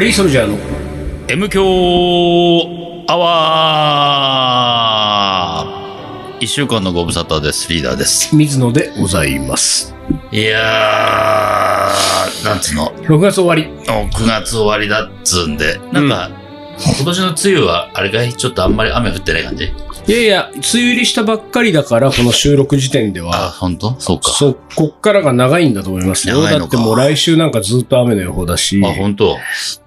イソルジャーの M 強アワー一週間のご無沙汰です。リーダーです。水野でございます。いやー、なんつうの、 6月終わり。 9月終わりだっつうんで、なんか、今年の梅雨は、あれかいちょっとあんまり雨降ってない感じいやいや、梅雨入りしたばっかりだから、この収録時点であ、は。ほんとそうか。そう、こっからが長いんだと思いますよ。長いだのってかもう来週なんかずっと雨の予報だし、あ、ほんと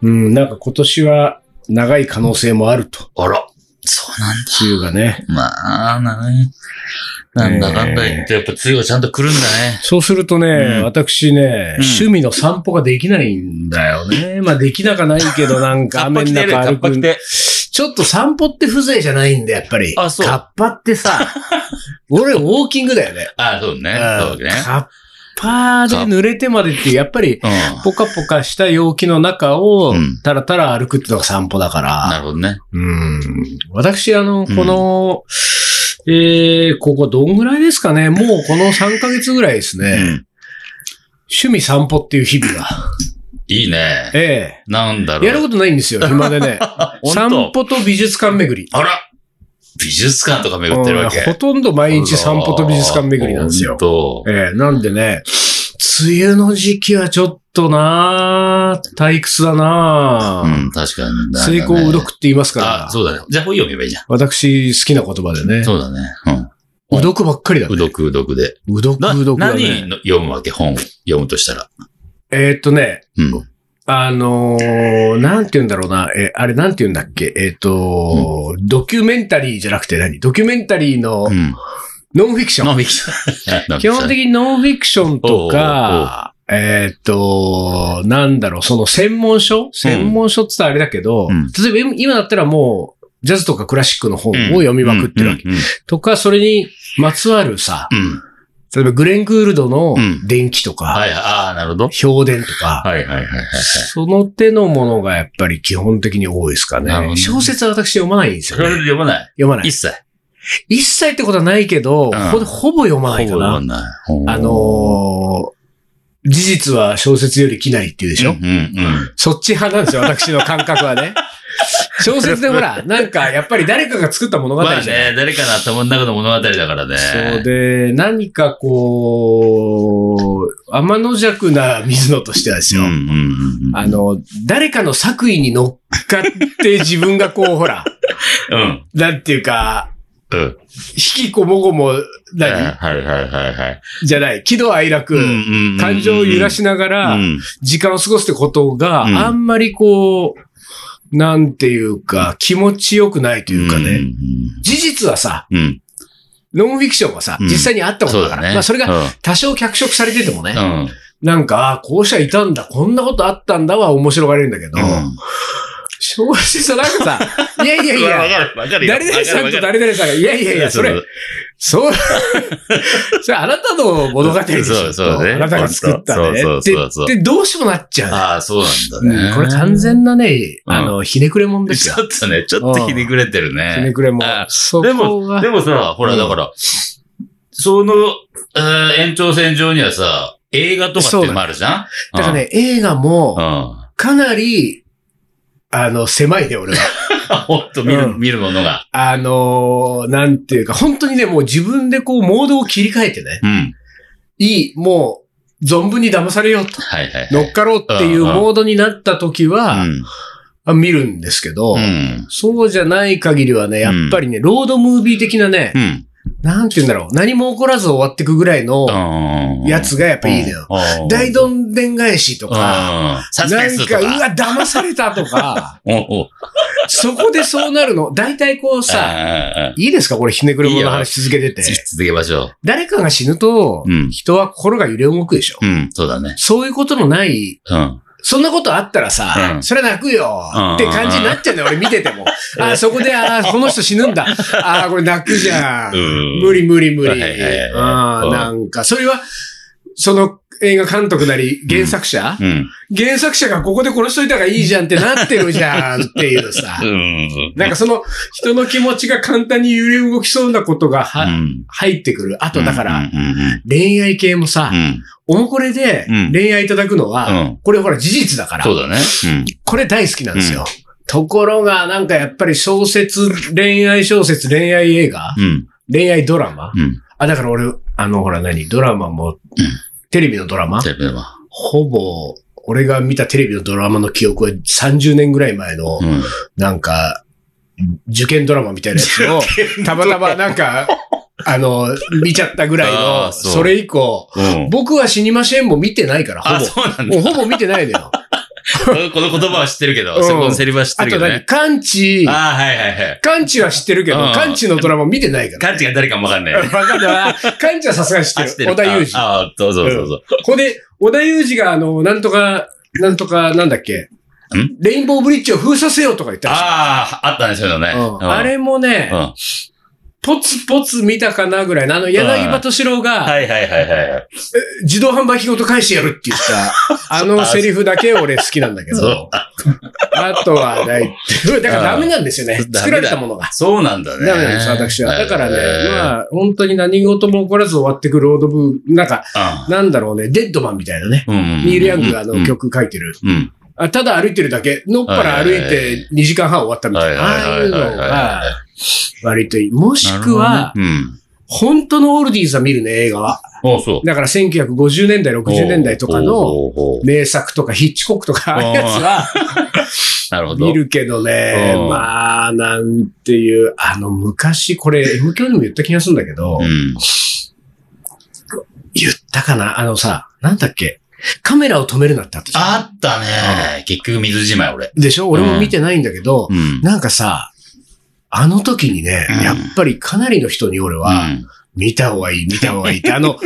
うん、なんか今年は長い可能性もあると。あら、そうなんだ。梅雨がね。まあ、なね。なんだかんだ言って、やっぱ梅雨がちゃんと来るんだね。そうするとね、うん私ね、うん趣味の散歩ができないんだよね。まあできなかないけ ど、なんか雨の中歩く。て。ちょっと散歩って風情じゃないんだ、やっぱり。あそうカッパってさ、 俺ウォーキングだよね。あ、そうね。そうね。カッパで濡れてまでって、やっぱり、うポカポカした陽気の中をうん、たらたら歩くってのが散歩だかん。なら。るほどね。うん。私、あの、うんこの、えー、ここどんぐらいですかね。もうこの3ヶ月ぐらいですね。うん。趣味散歩っていう日々が。いいね。えなんだえ。やろるう。ことないんですよ、暇で ね。ほん散と歩と美術館巡り。あら美術館とか巡ってるわけ。ほとんど毎日散歩と美術館巡りなんですよ。ほんとええなんでね、梅雨の時期はちょっとなぁ退屈だなうぁ、ん、確かに。成功うどくって言いますからあ、、そうだね。じゃあ本読めばいいじゃ私好きな言葉でねん。、そうだね。うどくばっかりだ、うん。うね。どくうどくで。うどく、なうどくだ何ね。の読むわけ本読むとしたら。えーっとね、うん。あのー、なんて言うんだろうな、え、あれなんて言うんだっけ、えーっと、ドキュメンタリーじゃなくて何ドキュメンタリーのうん。ノンフィクション。ノンフィクション。基本的にノンフィクションとか、えーっと、なんだろう、その専門書専門書って言ったらあれだけど、うん例えば今今だったらもう、ジャズとかクラシックの本をうん読みまくってるわけ。うん。とか、それにまつわるさ、うんうん例えばグレン・グールドのうん電気とか、はい、ああ、なるほど。評伝とか、はいはいはいはい。その手のものがやっぱり基本的に多いですかなるね。ほど小説は私読まないんですそよ、ね。れ読まない。読まない一。切。一切ってことはないけど、うんほほぼ読まないかほなぼ読ま。ない。うんあのー事実は小説よりきなりっていうでしょ、うんうん。そっち派なんですよ、私の感覚は ね。小説でほら、なんかやっぱり誰かが作った物語じゃなまあい、ね、誰かの頭の中の物語だからね。そうで、何かこう、天の弱な水野としてはですよ。うんうんうんうん。あの、誰かの作為に乗っかって自分がこう、ほら、 うん。なんていうか、うん。引きこもごも、はい何はいはいはいはい。じゃない、喜怒哀楽、うん感情を揺らしながら、うん時間を過ごすってことが、うんあんまりこう、なんていうか、気持ちよくないというかね。。事実はさ、うんうん。ノンフィクションはさ、うん実際にあったことそだうかだら。ね。まあそれがうん多少脚色されててもね、うん。なんか、ああ、こうしたいたんだ、こんなことあったんだは面白がれるんだけど、うん小説はなん かさ、いやいやいわや、かるわかるよ。誰々さんとわかるわか誰る々さんが、いやいやいや、それ、そう、 それあなたの物語でしょ。そうそうねあなたが作ったね。そうそうそうそうで、でどうしてもなっちゃうね。ああ、そうなんだうね。んこれ完全なね、うんあの、ひねくれもんですちよ。ょっとね、ちょっとひねくれてるひねね。くれもんあ。そでこも、がで。もさ、ほら、だから、その、えー延長線上にはさ、映画とかっていうのもあるじゃんだから、ね、映画うん。うも、んかなり、あの、狭いね、俺は。 ほんと見うる、ん見るものが。あのー、なんていうか、本当にね、もう自分でこう、モードを切り替えてね、うん。いい、もう、存分に騙されようと、はいはいはい。乗っかろうっていううんうんモードになった時は、あ見るんですけど、うん。うん。そうじゃない限りはね、やっぱりね、ロードムービー的なねう、ん。なんて言うんだろう、何も起こらず終わってくぐらいのうんやつがやっぱいいのよ。うん大どんでん返しとか、うんサスペなンんスか、とうか。わ、騙されたとか、おうおうそこでそうなるの。大体こうさ、ああいいですかこれひねくれ者の話続けてて。続けましょ誰かが死ぬとう。う、ん。人は心が揺れ動くでしょ。うん。そうだね。そういうことのない、うん。そんなことあったらさ、うんそれは泣くよって感じになっちゃうんだよ、俺見てて も。あー、そこで、あー、この人死ぬんだ。あー、これ泣くじゃん。うん無理無理無理。はいはいはいはいあーなんか、それは、その、映画監督なり原作者、うん。原作者がここで殺しといた方がいいじゃんってなってるじゃんっていうさう。ん。なんかその人の気持ちが簡単に揺れ動きそうなことがは、うん、入ってくる。あとだかうら、んうんうん恋愛系もさう、ん。おもこれでうん恋愛いただくのは、うん。これほら事実だからそ、うだね。うん。これ大好きなんですよ。ところが、なんかやっぱり小説、恋愛小説、恋愛映画、うん。恋愛ドラマうん。あ、だから俺、あのほら何、ドラマも、テレビのドラマテレビは。ほぼ、俺が見たテレビのドラマの記憶は30年ぐらい前のう、ん。なんか、受験ドラマみたいなやつを、たまたまなんか、あの、見ちゃったぐらいあーの、そうそれ以降、うん。僕は死にましぇんも見てないから、あ、ほそうなんぼ。もうだ。ほぼ見てないの よ。この言葉は知ってるけうど、んそこのセリフは知ってあるとけど何ね。カンチ、あはいはいはい。カンチは知ってるけどうん、カンチのドラマ見てないから。カンチが誰かもわかんない。わかんない。カンチはさすがに知あってる。小田裕二。ああ、そうそうそうそう。ここで、小田裕二が、あの、なんとか、なんとか、なんだっけん。レインボーブリッジを封鎖せよとか言ったらしいああ、あったね、そういうのね。うんあれもうねん。、はポツポツ見たかなぐらいの、あの、柳葉敏郎いが、はいはいはい。自動販売機ごと返してやるって言っ た、あのセリフだけ俺好きなんだけそうど、。あとはない。だからダメなんですよねう ん。作られたものが。そうなんだね。ダメなんです、私は。だからね、あ、まあ、本当に何事も起こらず終わってくロードブー、なんか、なんだろうね、デッドマンみたいなね。うん。ニール・ヤングがあうんの。曲書いてる。うん。あただ歩いてるだけ。のっぱら歩いて2時間半終わったみたいな。はいあはあいいうはいはいのが、割といい。もしくは、うん。本当のオールディーズは見るね、映画は。あそう。だから1950年代、60年代とかの名作とかヒッチコックとかああいうやつはなるほど。見るけどねおー、まあ、なんていう、あの、昔、これ、M 教にも言った気がするんだけどう、ん。言ったかなあのさ、なんだっけカメラを止めるなってあったじゃんあったね。結局水じまい、俺。でしょ俺も見てないんだけど、うん。なんかさ、あの時にね、うんやっぱりかなりの人に俺は、見た方がいい、見た方がいいって、あ の、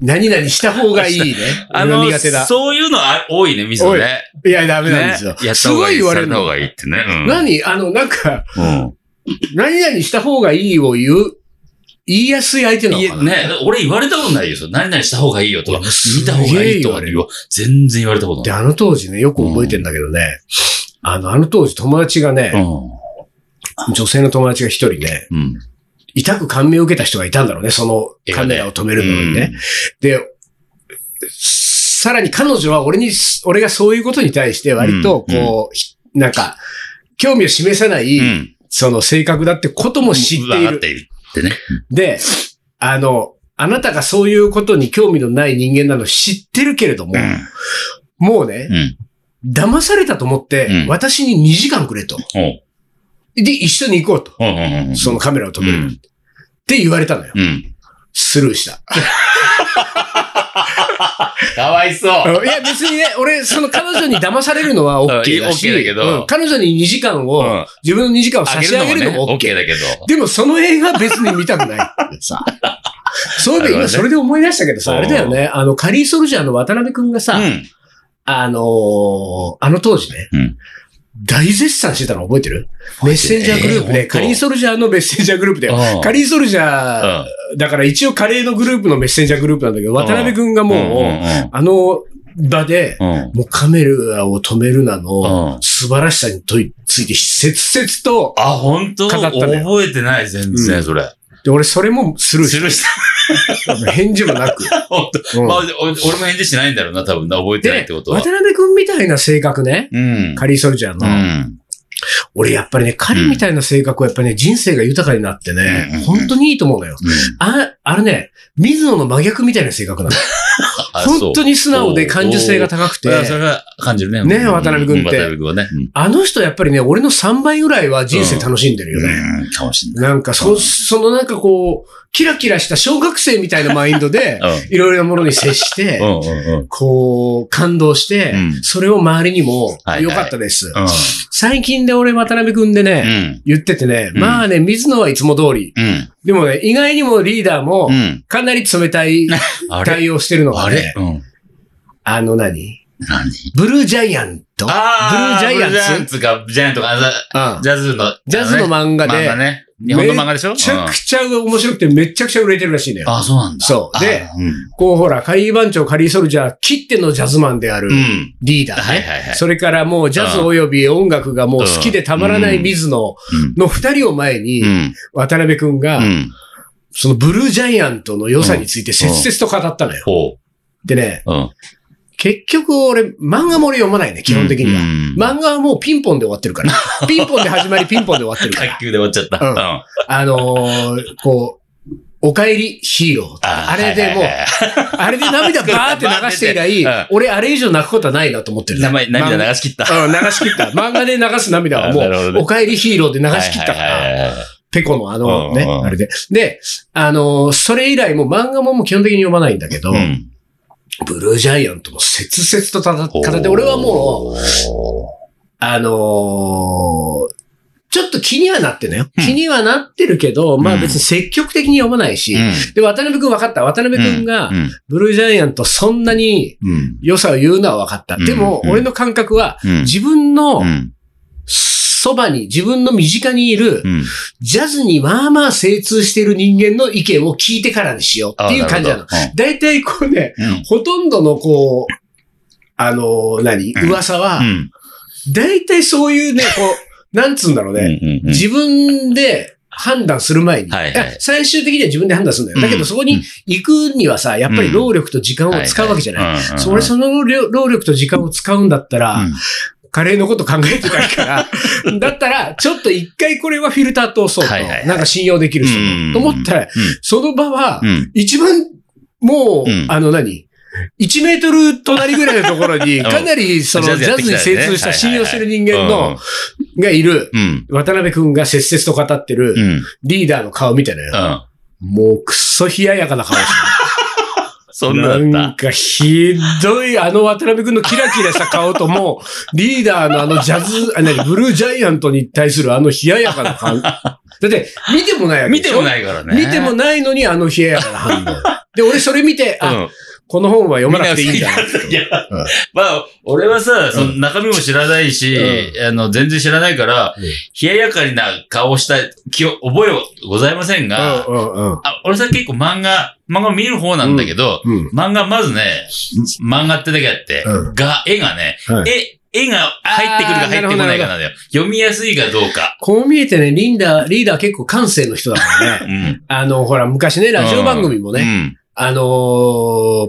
何々した方がいいね。あ俺のは苦手、だ。そういうのあ多いね、水野ね。いや、ダメなんねですよ。。やったす方がごいいい。言わされれるたの方。がいいってね。うん何あの、なんか、うん。何々した方がいいを言う、言いやすい相手ないのや、かな。ね、俺言われたことないよ。その何々した方がいいよとか、俺もす見げたえ方がいい言とかわれる言わ全然言われたことで、ない。あの当時ね、よく覚えてんだけどね、あの、あの当時友達がうね、女性の友達が一人ね、ん。うん。痛く感銘を受けた人がいたんだろうね、そのカメラを止めるのにね。で、さらに彼女は俺に、俺がそういうことに対して割と、うんこうひ、なんか、興味を示さない、うん。うん。その性格だってことも知っていわかるっ。ているってね。で、あの、あなたがそういうことに興味のない人間なの知ってるけれども、もうねう、ん。騙されたと思って、うん私に2時間くれと。ほう。で、一緒に行こうと。ほうほうほうほう。そのカメラを止うめる。っん。て言われたのよ。うん。スルーした。かわいそう。うんいや、別にね、俺、その彼女に騙されるのは OK だし、うん OK だけどうん彼女に2時間を、うん自分の2時間を差し上あげるのも OK。オッケーだけど。でも、その映画別に見たくないって さ。そういえばなるほどね今それで思い出したけどさ、うんあれだよね、あの、カリーソルジャーの渡辺くんがさ、うん。あのーあの当時ね、うん大絶賛してたの覚えてるメッセンジャーグループえで、ーカリーソルジャーのメッセンジャーグループで、うんカリーソルジャー、うんだから一応カレーのグループのメッセンジャーグループなんだけど、渡辺くんがもう、うあの場で、ん、うん。うん。もうカメラを止めるなうんの素晴らしさにといついて、切々と、あ、本当語ったのよ覚えてない、全う然、それ。で俺それもスルースしルーした。た。返事もなく。本う当んまあ、お俺も返事してないんだろうな、多分な、覚えてないっで、てこと渡は。辺くんみたいな性格ね、うん。カリーソルジャーうの。ん。俺やっぱりね、彼みたいな性格はやっぱりね、人生が豊かになってね、うん本当にいいと思うのよ。あ、あれね、水野の真逆みたいな性格なの。本当にに素直で感受性が高くて。それは感じるね。ねうん渡辺君ってうん渡辺君はね。うんあの人やっぱりね、俺の3倍ぐらいは人生楽しんでるよね。うんかもしんない。なんか、うそ、んそのなんかこう、キラキラした小学生みたいなマインドで、いろいろなものに接してう、ん。うんうんうん。こう、感動してうん、それを周りにもはいは、い良かったです。うん。最近で俺、渡辺くんでうね、ん。言っててね、うんまあね、水野はいつも通り。うん。でもね、意外にもリーダーもう、ん。かなり冷たいあれ対応してるのがあねれ、うん。あの何何ブルージャイアントブルーあジあ、ャイアンブルージャイアンツツか、ジャイアントか、あうんジャズの、ジャズの漫画で、漫画ね。日本の漫画でしょめちゃうんくちゃ面白くてめちゃくちゃ売れてるらしいのよ。ああ、そうなんだ。そう。で、あー、うん。こうほら、カリー番長、カリーソルジャー、切ってのジャズマンであるうん。リーダーね。はいはいはい。それからもうジャズ及び音楽がもう好きでたまらない水野うんの二人を前にう、ん。渡辺くんがう、ん。そのブルージャイアントの良さについて切々と語ったのよ。ほでね、う。うん。結局俺、漫画も俺読まないね、基本的には。うん漫画はもうピンポンで終わってるから。 ピンポンで始まり、ピンポンで終わってるから卓。球で終わっちゃった。うんああのーこう、お帰りヒーローとか。あれでもう、あれで涙バーって流して以うん来、俺あれ以上泣くことはないなと思ってる。名前、涙し流し切った。うん、流し切 った。漫画で流す涙はもあなるほどねう、お帰りヒーローで流し切ったかはいら、はいはいはいペコのあのねうんうん、あれで。で、あのーそれ以来もう漫画ももう基本的に読まないんだけど、うんブルージャイアントも切々とたた語って、俺はもう、あのーちょっと気にはなってんのよ。うん気にはなってるけど、まあうん別に積極的に読まないし、うん、で、渡辺くん分かった。渡辺くんが、ブルージャイアントそんなにうん、良さを言うのは分かった。うんでも、うん俺の感覚は、うん、自分のうん、そばに、自分の身近にいるう、ん、ジャズにまあまあ精通している人間の意見を聞いてからにしようっていう感じなの。大体こうね、うん。うんほとんどのこう、あのー何うん噂は、うん大体そういう ね、こう、なんつうんだろうね。うんうん自分で判断する前に、はいはいいや最終的には自分で判断するんだよ。うんだけどそこに行くにはさ、やっぱり労力と時間を使うわけじゃない。はいはいうんうんそれその労労力と時間を使うんだったら、うんカレーのこと考えてない から、だったら、ちょっと一回これはフィルター通そうと、はいはいはいなんか信用できる人うんと思ったら、その場はう、んうん一番、もう、うんあの何1メートル隣ぐらいのところに、 うんかなりそのジジャズやャってきズたによね精通した信用する人間はいはいの、がいる、うん、渡辺くんが切々と語ってうん、うるん、うんリーダーの顔見てね、もうくっそ冷ややかな顔して そんる。なだっなんた。かひどい、あの渡辺くんのキラキラした顔とも う、リーダーのあのジャズ、あ何ブルージャイアントに対するあの冷ややかな 顔。だって、見てもないわけ見でてしょもないからね。見てもないのにあの冷ややかな反応。で、俺それ見て、あ、うんこの本は読まなくていいんだな。いやうん、まあ、俺はさ、そのう中身も知らないし、うあの、全然知らないからうん、冷ややかにな顔をした記憶覚えはございませんが、うんうんあ俺さ、結構漫画、漫画見る方なんだけど、うん。うん。漫画、まずね、漫画ってだけあって、うんが、絵がね、はい絵、絵が入ってくるか入ってこないかなんだよ。読みやすいかどうか。こう見えてね、リーダー、リーダー結構感性の人だからうね。ん。あの、ほら、昔ね、ラジオ番組もね、ね。あの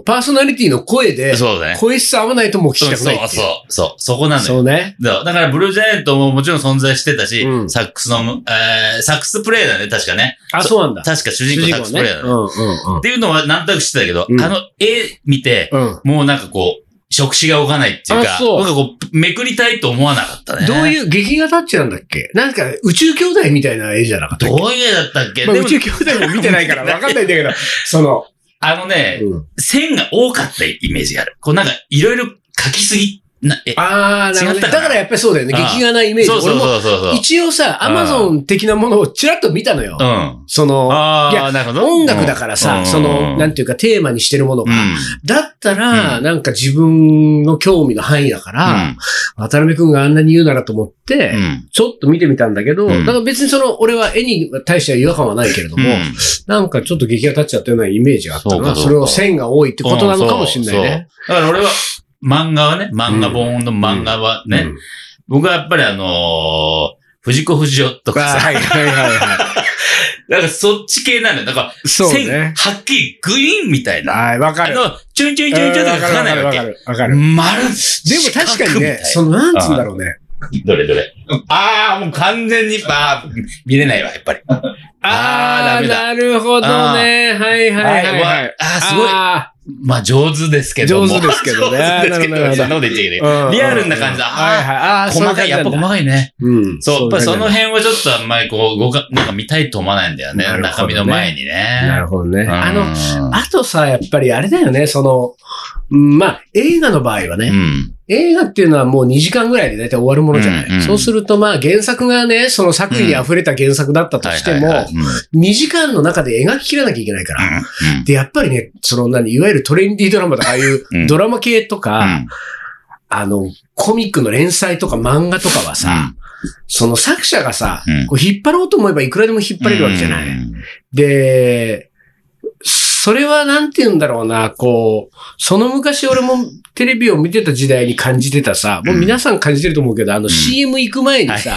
ーパーソナリティの声うでん。、そうだね。声質合わないともう聞きそうたくないそうっていう。そう。そう、そこなのよ。そうね。だだから、ブルージャイアントももちろん存在してたし、うんサックスの、えー、サックスプレイだね、確かね。あ、そうなんだ。確か主人公サックスプレイだね。うんっうんていうのはなんとなく知ってたけど、うんあの絵見て、うん。うん。もうなんかこう、触手が動かないっていうか、あそうなんかこう、めくりたいと思わなかったね。どうういう、劇画タッチなんだっけなんか、宇宙兄弟みたいな絵じゃなかったっけどういう絵だったっけ、まあで宇も、宙兄弟も見てないからわかんないんだ けど、その、あのね、うん線が多かったイメージがある。こうなんか、いろいろ描きすぎ、な、え、あー、なるほど違ったね。かだなからやっぱりそうだよね。ああ劇画なイメージ。そうそう俺もそうそうそう。一応さ、アマゾン的なものをちらっと見たのよう。ん。その、あいあ、やなるほど。音楽だからさ、その、なんてていうかテーマにしてるものうが。ん。だったら、うんなんか自分の興味の範囲だから、渡辺くんがあんなに言うならと思って、うん。うんちょっと見てみたんだけど、うんだから別にその、俺は絵に対しては違和感はないけれども、うんなんかちょっと劇が立っちゃったようなイメージがあったそうな。かそそうかれを線が多いってことなのかもしれないね。だから俺は、漫画はね、漫画本の漫画はね、うん。僕はやっぱりあのー藤子不二雄とあかさ、はいはいはいはだからそっち系なのよ。だから、 い。そう線、ね。はっきりグイーンみたいな。はい、わかある。の、チュンチュうンんチュンチュンとかわ書かないわけ。かるわかる。丸ででも確かにね、その、なんつうんだろうね。どれどれ。ああ、もう完全に、ああ、見れないわ、やっぱり。ああー、ダメだ。なるほどね。はいはいはいはいあーすごいまあ、上手ですけども。上手ですけどね 上手ですけどなるほどそんなこと言っちゃいけないうんリアルな感じだはいはい。ああー、細かい、やっぱ細い。かいね。うん。そう、やっぱりその辺。辺はちょっとあんまりこう、動か、なんか見たいと思わないんだよね。なるほどね中身の前にね。なるほどね。うんあの、あとさ、やっぱりあれだよね、その、うんまあ、映画の場合はうね、ん。映画っていうのはもう2時間ぐらいで大体終わるものじゃない。うんうんそうするとまあ原作がね、その作品に溢れた原作だったとしても、はいはいはいうんうん2時間の中で描ききらなきゃいけないから。で、やっぱりね、その何、いわゆるトレンディードラマとか、ああいう うんドラマ系とか、うんあの、コミックの連載とか漫画とかはさ、その作者がさ、うんこう引っ張ろうと思えばいくらでも引っ張れるわけじゃない。うんで、それはなんて言うんだろうな、こう、その昔俺もテレビを見てた時代に感じてたさ、もう皆さん感じてると思うけど、あの CM 行く前にさ、は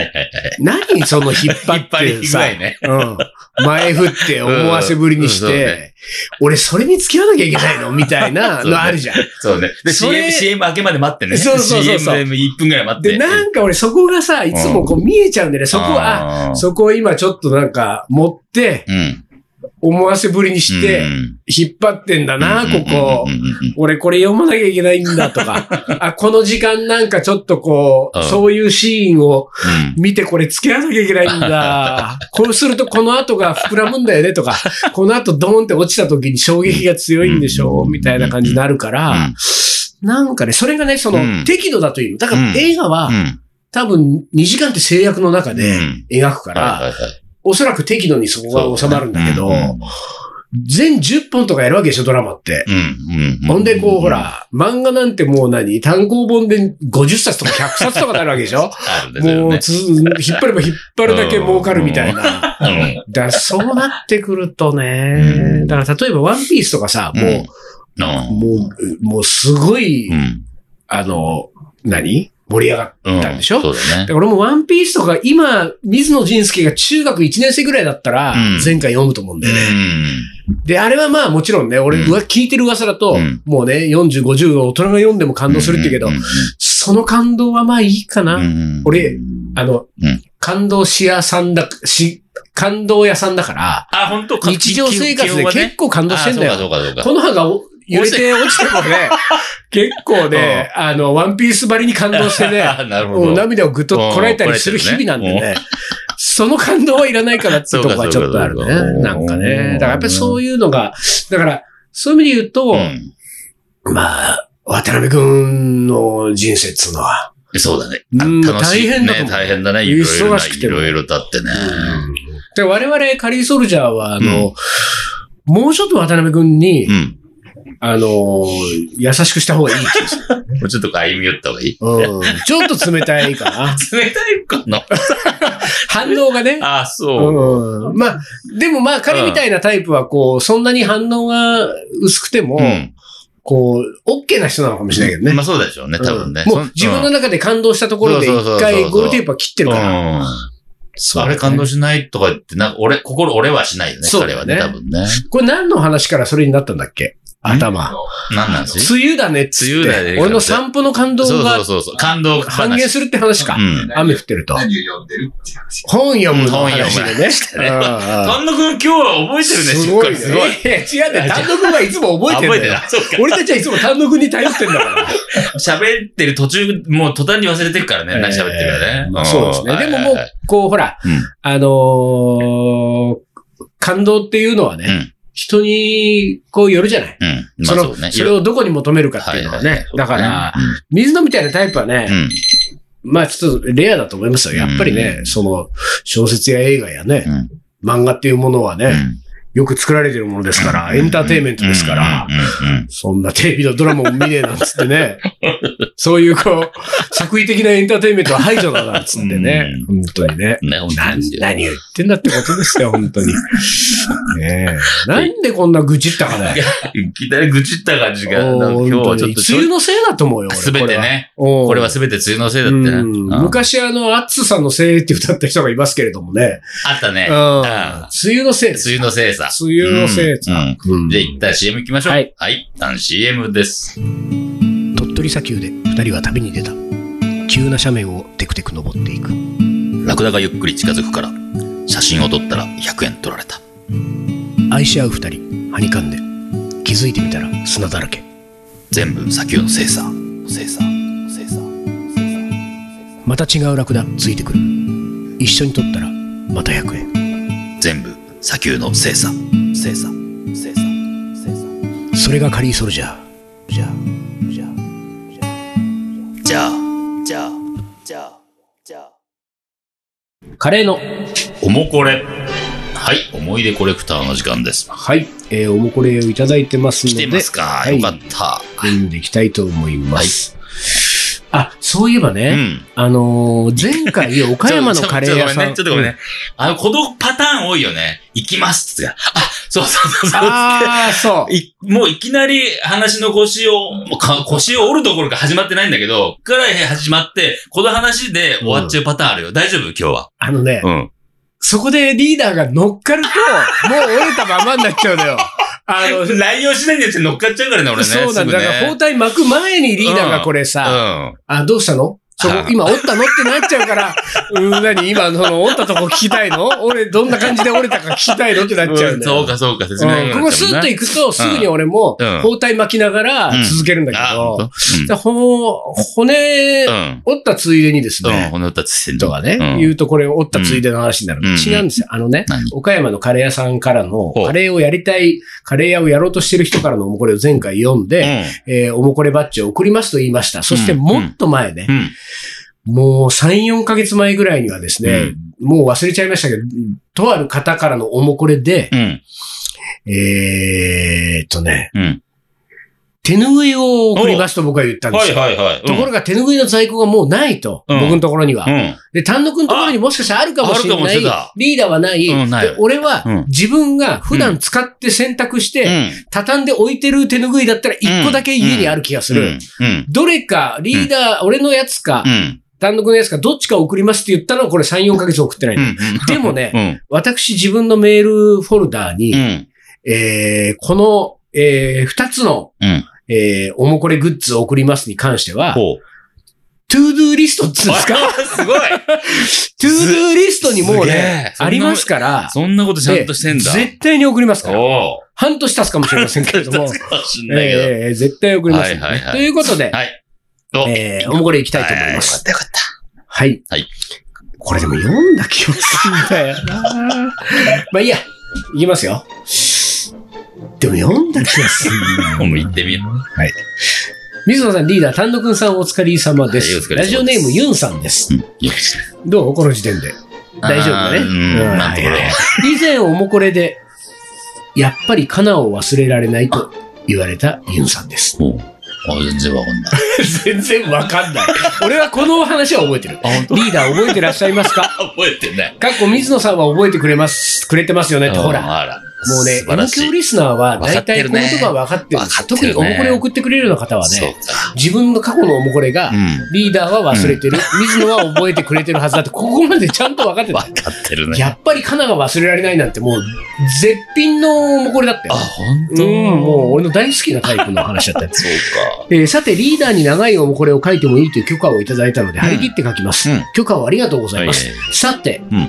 いはいはい。何その引っ張引っ張ってりさ、具いね。うん、前振って思わせぶりにしうんうんて、そうね俺それに付き合わなきゃいけないのみたいな そのうねあるじゃん。そうね。で、それ CM、CM 明けまで待ってね。そうそうそうそう CM1 分ぐらい待って。で、なんか俺そこがさ、いつもこう見えちゃうんだよね。そこは、あ、あーそこを今ちょっとなんか持って、うん。思わせぶりにして、うん引っ張ってんだな、ここう。んうんうんうん俺これ読まなきゃいけないんだとか、あ、この時間なんかちょっとこう、うんそういうシーンを見てこれ付き合わなきゃいけないん だ。こうするとこの後が膨らむんだよねとか、この後ドーンって落ちた時に衝撃が強いんでしょうみたいな感じになるから、なんかね、それがね、そのうん適度だという。だかうらん映画はうんうん多分2時間って制約の中うでん描くかはいはら、いはいおそらく適度にそこが収まるんだけどそうね、全10本とかやるわけでしょ、ドラマって。うんうん。ほんで、こう、ほら、漫画なんてもう何単行本で50冊とか100冊とかなるわけでしょあるんですよもうね。つ、引っ張れば引っ張るだけ儲かるみたいな。うんだからそうなってくるとうね。んだから、例えばワンピースとかさ、もう、もう、もうすごい、うん。あの、何盛り上がっうん。たんでしょそうだて。ね。俺もワンピースとか、今、水野仁介が中学1年生ぐらいだったらうん、前回読むと思うんだよね。うで、あれはまあもちろんね、俺、うんうわ聞いてる噂だと、うんもうね、40、50の大人が読んでも感動するって言うけど、んんんその感動はまあいいかな。うん俺、あの、うん感動し屋さんだ、し、感動屋さんだから、あ、本当日常生活で結構感動してんだあそよ。うかそうかそこうか。の葉がお揺れて落ちてもね、結構ね、あの、ワンピースばりに感動してね、あなるほもうど。涙をぐっとこらえたりする日々なんでうんね。その感動はいらないかなっていうとこがちょっとあるそうかそうかそうね。なかんかね。だからやっぱりそういうのが、だから、そういう意味で言うと、うんまあ、渡辺くんの人生っつうのは、そうだね。うんあ楽しい大変だと思ね。う大変だね。いろいろ忙な、しくていもろいろだってね。で我々カリーソルジャーは、あうの、もうちょっと渡辺くんに、うん。あの、優しくした 方がいい気がする。もうちょっと歩み寄った方がいい。うんちょっと冷たいか な。冷たいかな反応がね。あ、そう。うんまあ、でもまあ彼みたいなタイプはこう、そんなに反応が薄くても、うん。こう、オッケーな人なのかもしれないけどね。まあそうでしょうね、多分ね。うんもう自分の中で感動したところでそうそうそう一そう回ゴールテープは切ってるうから。ん。そうあれ感動しないとか言って、なんか俺、心折れはしないよね、そう彼だはねね、多分ね。これ何の話からそれになったんだっけ頭。なんなんです梅雨だねっつって。梅雨だね俺の散歩の感動そうそうがそうそう。感動話。半減するって話かう。ん。雨降ってると。何を読んでるっていう話。本読むの話でね。ねうんうん丹野くん今日は覚えてるね、すしっごかいね。り。すごい。いや違うね。単独はいつも覚えてるんだよあ。覚えてない。そうか。俺たちはいつも単独に頼ってんだ から。喋ってる途中、もう途端に忘れてるからね、何喋ってるかねえーん。そうですね。はいでもはいもうはい、こう、ほら、うんあのー感動っていうのはね、うん人にこうよるじゃない。うん。そまあのそうね。それをどこに求めるかっていうのはね。はいはいはいだから、水野みたいなタイプはね、うん。まあちょっとレアだと思いますよ。やっぱりね、うんその小説や映画やね、うん漫画っていうものはね、うんよく作られてるものですから、エンターテインメントですから、うんうんうんそんなテレビのドラマも見ねえなんつって ね。そういうこう、作為的なエンターテインメントは排除だなんつってね。本当にね。うんね、本当なですよ。何を言ってんだってことですよ、本当 に。ねえ。なんでこんな愚痴ったかね。いきなり愚痴った感じが、なんかおー今日は本ち当ょっにと梅雨のせいだと思うよ、俺すべて。ね。ここれれははすべて梅雨のせいだうってんね。うんうん昔あの、アッツさんのせいって歌った人がいますけれどもね。あったね。うん梅梅雨のせいです。雨のせいさ。梅雨のせいうんうんうんじゃあ一旦 CM 行きましょう。ははいい。はい。一旦 CM です。鳥取砂丘で二人は旅に出た急な斜面をテクテク登っていくラクダがゆっくり近づくから、写真を撮ったら100円取られた。愛し合う二人はにかんで気づいてみたら砂だらけ全部砂丘のせいさ。せいさ。せいさ。また違うラクダついてくる一緒に撮ったらまた100円全部砂丘のせいさ。せいさ。せいさ。せいさ。それがカリーソルジャーじゃあじゃあじゃあ、じゃあ、じゃあ、じゃあ。カレーのおもこれ。はい。思い出コレクターの時間です。はい、えー、おもこれをいただいてますの来でてますか。はいよかった。読んでいきたいと思います、あ、そういえばうね、ん。あのー、前回、岡山のカレー屋さん。 ちょっとごめんね。ちょっとごめんね。あの、このパターン多いよね。行きますって。あ、そうそうそうそう。ああ、そう。いもういきなり話の腰を、もうか腰を折るどころか始まってないんだけど、から始まって、この話で終わっちゃうパターンあるよ。大丈夫今日は。あのね、ん。そこでリーダーが乗っかると、もう折れたままになっちゃうのよ。あの、乱用しないんですよ。乗っかっちゃうからね、俺ね。そうなんだ。だから包う帯巻く前にリーダーがこれさ、ん。あ、どうしたのそこあ、今折ったのってなっちゃうから、 うーん、何今、その折ったとこ聞きたいの俺、どんな感じで折れたか聞きたいのってなっちゃうんだよ。そうか、そうか、説明がうんここスッと行くと、すぐに俺もうん、包帯巻きながら続けるんだけあ、どほん、とだからほ骨、うん。うん。折ったついでにですうん、ね、ほんの歌つってんとのかね、うん言うとこれ折ったついでの話になる。うん違うんですよ。あのね何、岡山のカレー屋さんからの、ほうカレーをやりたい、カレー屋をやろうとしてる人からのおもこれを前回読んで、えーおもこれバッジを送りますと言いました。そして、うんもっと前ねう、ん。うん。もう3、4ヶ月前ぐらいにはですね、もう忘れちゃいましたけど、とある方からのおもこれで、うん。えーっとね、うん。手拭いを送りますと僕は言ったんではすいよ。はいはい。ところが手拭いの在庫がもうないと、うん僕のところには。うん。で、丹野くんのところにもしかしたらあるかもしれあるかもなしいれない。リーダーはない。うんないで俺はうん自分が普段使って洗濯して、うん。畳んで置いてる手拭いだったら一個だけ家にある気がする。うん。どれか、リーダー、俺のやつかう、ん。単独のやつか、どっちか送りますって言ったのはこれ3、4ヶ月送ってないの、でもね、ね、私自分のメールフォルダーに、うん。うん。えーこの、え2つの、うん。えーおもこれグッズを送りますに関しては、 ほう。トゥードゥーリストっつうんですかすごいトゥードゥーリストにもうすげねえ、そんあなりますから、そんなことちゃんとしてんだ。で絶対に送りますから、おお。半年経つかもしれませんけれど も、かもしんないけど。えー絶対送りますよね、はいはいはいということで、はい。おえーおもこれいきたいと思います。はいよかったよかっはい。はいこれでも読んだ気がするんだよな。 まあいいや、いきますよ。でも読んだ気がするんだよた。な。もう行ってみよう。水野さん、リーダー、丹野くんさんお疲れ様ではいおす疲。れ様ですラジオネームユンさんです。よしどうこの時点で。大丈夫だね。あーうんうんなんところはい以前、おもこれで、やっぱりカナを忘れられないと言われたユンさんです。おうあ、全然わかんない。 全然わかんない。俺はこの話は覚えてる。あ、本当リーダー、覚えてらっしゃいます か覚えてない。かっこ水野さんは覚えてくれます、くれてますよねって、ほら。あら。もうね素、晴ら M しい級リスナーは大体このことが分かってるんわでかす。ってる特におねもこれを送ってくれるような方はそうね、か。自分の過去のおもこれがう、ん。リーダーは忘れてる、水野は覚えてくれてるはずだって、ここまでちゃんと分かってわた。かってるね。やっぱりカナが忘れられないなんてもう、絶品のおもこれだったあ、よ。本うん、当。もう俺の大好きなタイプの話だったよ そうえーさて、リーダーに長いおもこれを書いてもいいという許可をいただいたので、張り切って書きます。うん許可をありがとうござか。います。さて、うん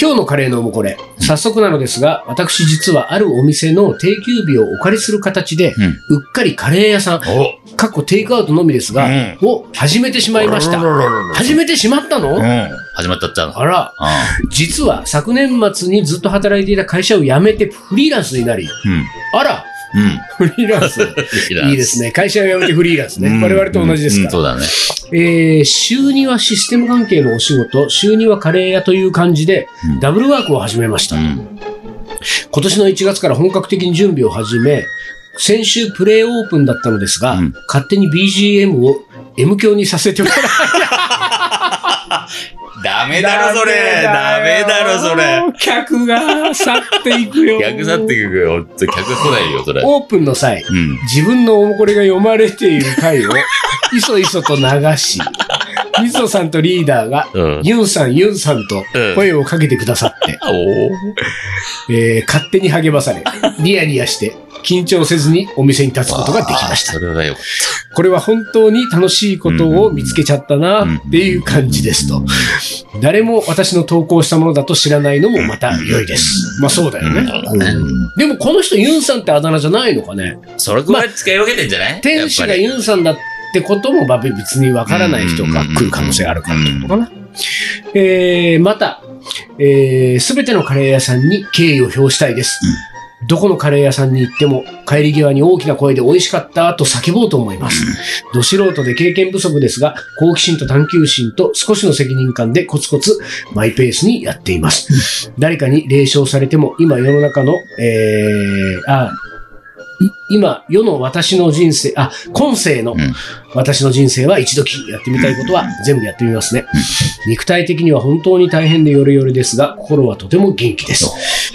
今日のカレーのおもこれ、早速なのですが、私実はあるお店の定休日をお借りする形で、うっかりカレー屋さん、うん。おかっこテイクアウトのみですが、うんを始めてしまいましあらた。らららら始めてしまったの、うん。始まったっちゃうの。あら、実は昨年末にずっと働いていた会社を辞めてフリーランスになり、うん。うん。あら、うん。フリーラン ス。いいですね。会社を辞めてフリーランスね。我々と同じですから。うんうんうんそうえー週2はシステム関係のお仕事、週2はカレー屋という感じでうん、ダブルワークを始めました。だね。今年の1月から本格的に準備を始め、先週プレイオープンだったのですが、うん勝手に BGM を M 響にさせてもらっうん。ダメた。だろ、それ。ダメだろ、それ。。客が去っていくよ。逆去っていくよ。ほんと客来ないよ、それ。オープンの際、うん。自分のおもこれが読まれている回を、 いそいそと流し、水野さんとリーダーが、うん。ユンさん、ユンさんとうん声をかけてくださ って、おお。えー勝手に励まされ、ニヤニヤして、緊張せずにお店に立つことができました。それはよかっこれは本当に楽しいことを見つけちゃったなっていう感じですと。誰も私の投稿したものだと知らないのもまた良いです。まあそうだよね。うんうんでもこの人ユンさんってあだ名じゃないのかね。た。それくらい使い分けてんじゃない店主がやっユンさんだってこともまあ別にわからない人が来る可能性があるからってことかな。えー、また、えー、すべてのカレー屋さんに敬意を表したいです。どこのカレー屋さんに行っても帰り際に大きな声で美味しかったと叫ぼうと思います。ど素人で経験不足ですが、好奇心と探求心と少しの責任感でコツコツマイペースにやっています。誰かに冷笑されても今世の中の、えー、あ、い今、世の私の人生、あ、今世のうん私の人生は一度きりやってみたいことは全部やってみますね。肉体的には本当に大変でヨレヨレですが、心はとても元気です。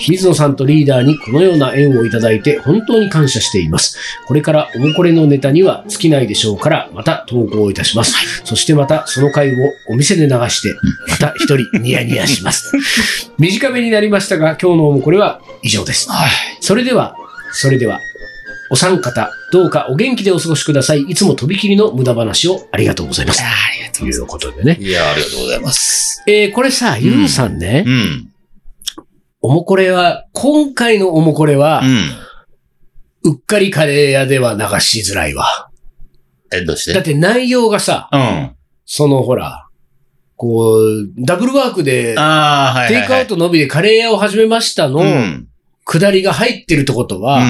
水野さんとリーダーにこのような縁をいただいて本当に感謝しています。これからおもこれのネタには尽きないでしょうから、また投稿いたします。そしてまたその回をお店で流して、また一人ニヤニヤします。 短めになりましたが、今日のおもこれは以上です。はい。それでは、それでは、お三方、どうかお元気でお過ごしください。いつもとびきりの無駄話をありがとうございます。ありがということでね。いや、ありがとうございます。えー、これさ、ゆうさんね、うん。おもこれは、今回のおもこれはう、ん。うっかりカレー屋では流しづらいわ。え、どうしだってて内容がさ、うん。あそのほら、こう、ダブルワークで、あー、はいテはイいクはアい。ウトのみでカレー屋を始めましたの、うん。下りが入ってるってことは、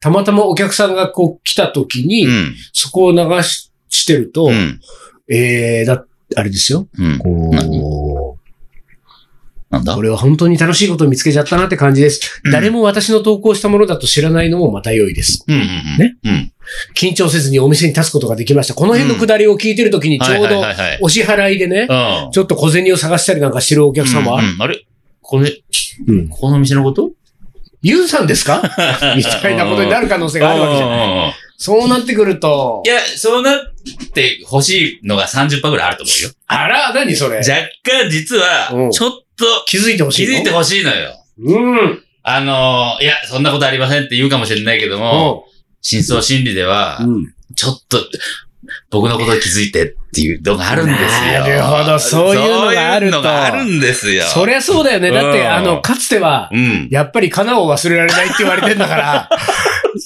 たまたまお客さんがこう来た時に、うん。うん。そこを流ししてると、うん。えー、だ、あれですよ。うん。こう、なんだこれは本当に楽しいことを見つけちゃったなって感じです。うん誰も私の投稿したものだと知らないのもまた良いです。うんうんうん。ね。うん。緊張せずにお店に立つことができました。この辺のくだりを聞いてるときにちょうどはいはいはいお支払いでね、はい。うん。ちょっと小銭を探したりなんかしてるお客様は、うんうんあれこれ、うんこの店のことゆうさんです か みたいなことになる可能性があるわけじゃない。うんうんうんそうなってくるとい、や、そうなって欲しいのが30%ぐらいあると思うよ。あら、何それ若干実うはん、ちょっと気づいてほしい気のづいてほしいのよ。うん。あのー、いや、そんなことありませんって言うかもしれないけども、真相心理では、うん。ちょっと、僕のこと気づいてっていうのがあるんですよ。なるほどそういうのがあるとそういうのがあるんですよ。そりゃそうだよね。だって、うんあの、かつては、うん。やっぱりカナを忘れられないって言われてんだ から、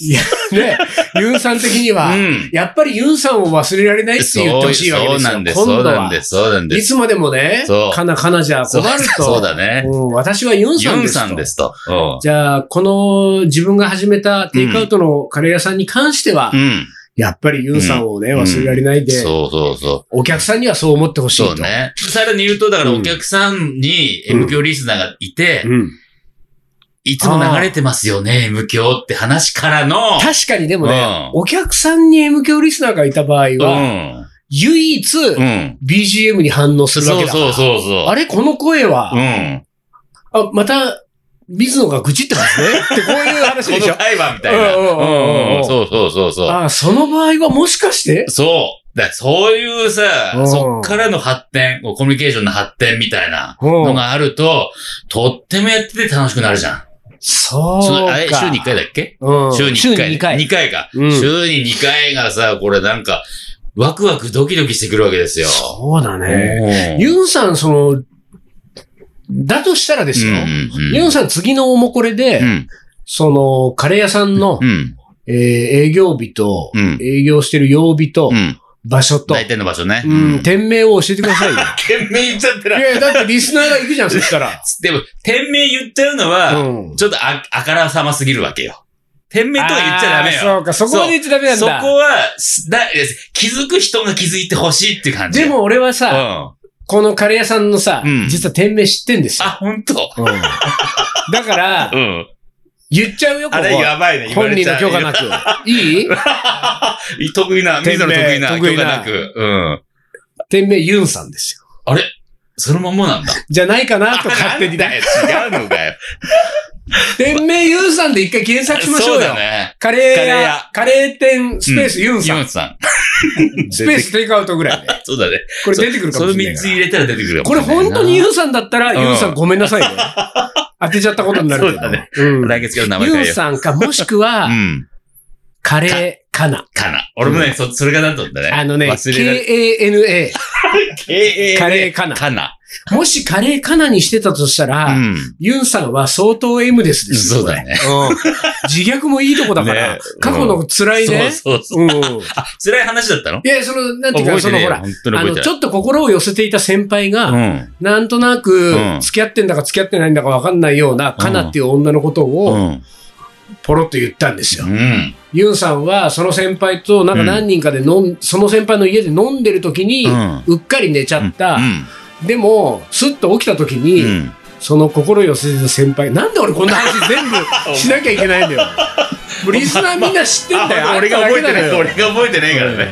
いや、ね、ユンさん的には、うん。やっぱりユンさんを忘れられないってそう言ってほしいわけそでうすよ。なんです、今そう度なんはで。す、そうなんでいす。つまでもねそ、うカナカナじゃ困ると。そうだね。うん私はユンさんユでンすと。さんですと。うじゃあ、この自分が始めたテイクアウトのカレー屋さんに関しては、ん。うん。やっぱりユンさんをね、うん忘れられないで、そうそうそう。お客さんにはそう思ってほしいそと。うね。さらに言うと、だからお客さんにうん M 教リスナーがいて、うんいつも流れてますよね、M 教って話からの。確かにでもね、うんお客さんに M 教リスナーがいた場合は、唯一、うん。うん。 BGM に反応するわそけうだ。そうそうそう。あれこの声は、うん。あ、また、水野が愚痴ってますね。 ってこういう話こでしょの。会話みたいな。うんうんうんうんうんそうそうそうそう。あ、その場合はもしかしてそう。だからそういううさ、んそっからの発展、コミュニケーションの発展みたいなうのんがあると、とってもやってて楽しくなるじゃん。そうそのあれか。週に1回だっけうん週に1回。週に2回か。うん週に2回がさ、これなんか、ワクワクドキドキしてくるわけですよ。そうだね。うんユンさん、その、だとしたらですよ。うんうんユンさん、次のおもこれで、うん。その、カレー屋さんの、うん。えー営業日と、うん営業してる曜日とう、ん。場所と、大体の場所ね。うん、店名を教えてくださいよ。店名言っちゃっていな。やいや、だってリスナーが行くじゃん、そした ら。でも、店名言っちゃうのは、うんちょっとあ、あからさますぎるわけよ。店名とか言っちゃダメあーよ。そうか、そこまで言っちゃダメなんそこだ。は、すだ、気づく人が気づいてほしいって感じ。で、も俺はうさ、ん。このカレー屋さんのさ、うん実は店名知ってんですよ。あ、ほんとうんだからう、ん。言っちゃうよ、こあこれやばいね、言わ本れ人ちゃのう許可なく。いい得 意な、店名水野の得意な、得許意な可なく。うん。店名ユンさんですよ。あれそのまんまなんだ。じゃないかなと勝 手に。だよ、違うのか よ。店名ユンさんで一回検索しましょそううよだ。ね。カレーカレー屋屋、カレー店、スペースユンさユん。ンさん。スペーステイクアウトぐらいね。そうだね。これ出てくるかそものしれ3ないつから。入れたら出てくるかこもれしないな本当にユンさんだったら、うんユンさんごめんなさ いね。当てちゃったことになるそうだねけど。うん来月から名前変ユえンよさんか、もしくはう。う、ん。カレーかな。かな。俺もね、そ、それがなんとだね。あのね、忘れられ K-A-N-A。えカレーかな。かな。もしカレーかなにしてたとしたら、うん。ユンさんは相当 M ですですよそうだね。これうん自虐もいいとこだから、ね過去の辛いそねう。そうそう。うん。あ、辛い話だったのいや、その、なんていう覚か、えそてのねえほよ。ら、本当にあの、覚えちてょっと心を寄せていた先輩が、ない。なんとなくう、ん付き合ってんだか付き合ってないんだかわかんないような、カナっていう女のことうを、ん。うん。ポロッと言ったんですよ。うん。ユンさんは、その先輩と、なんか何人かで飲ん、その先輩の家で飲んでる時に、うんうっかり寝ちゃった。うん。でも、スッと起きた時に、うん。 その心寄せてた先輩、なんで俺こんな話全部しなきゃいけないんだよ。もうリスナーみんな知ってんだよ。あ 俺があんた覚えだてけだない。よ俺が覚えてないからね。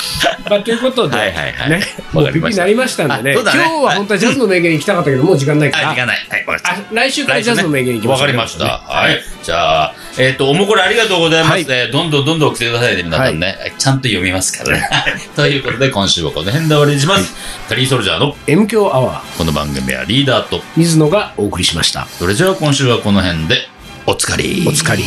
まあ、ということで、はいはいはいね、もわうかビビりまにしたなりましたんでね、あそう今だ日ねは本当はジャズの名言行きたかったけど、もう時間ないかあ、ら時、間ない。はい、わかりましたあ。来週から来ジ週ャねズの名言行きまわしょうかりました。はい。じゃあ、えっ、と、おもこれありがとうございます。はいえーどんどんどんどん来てくださいね、皆さんね。ちゃんと読みますからね。 はいということで、今週はこの辺で終わりにします。カリーソルジャーの M 強アワー、この番組はリーダーと、水野がお送りしました。それじゃあ今週はこの辺で、おつかり。お疲れ。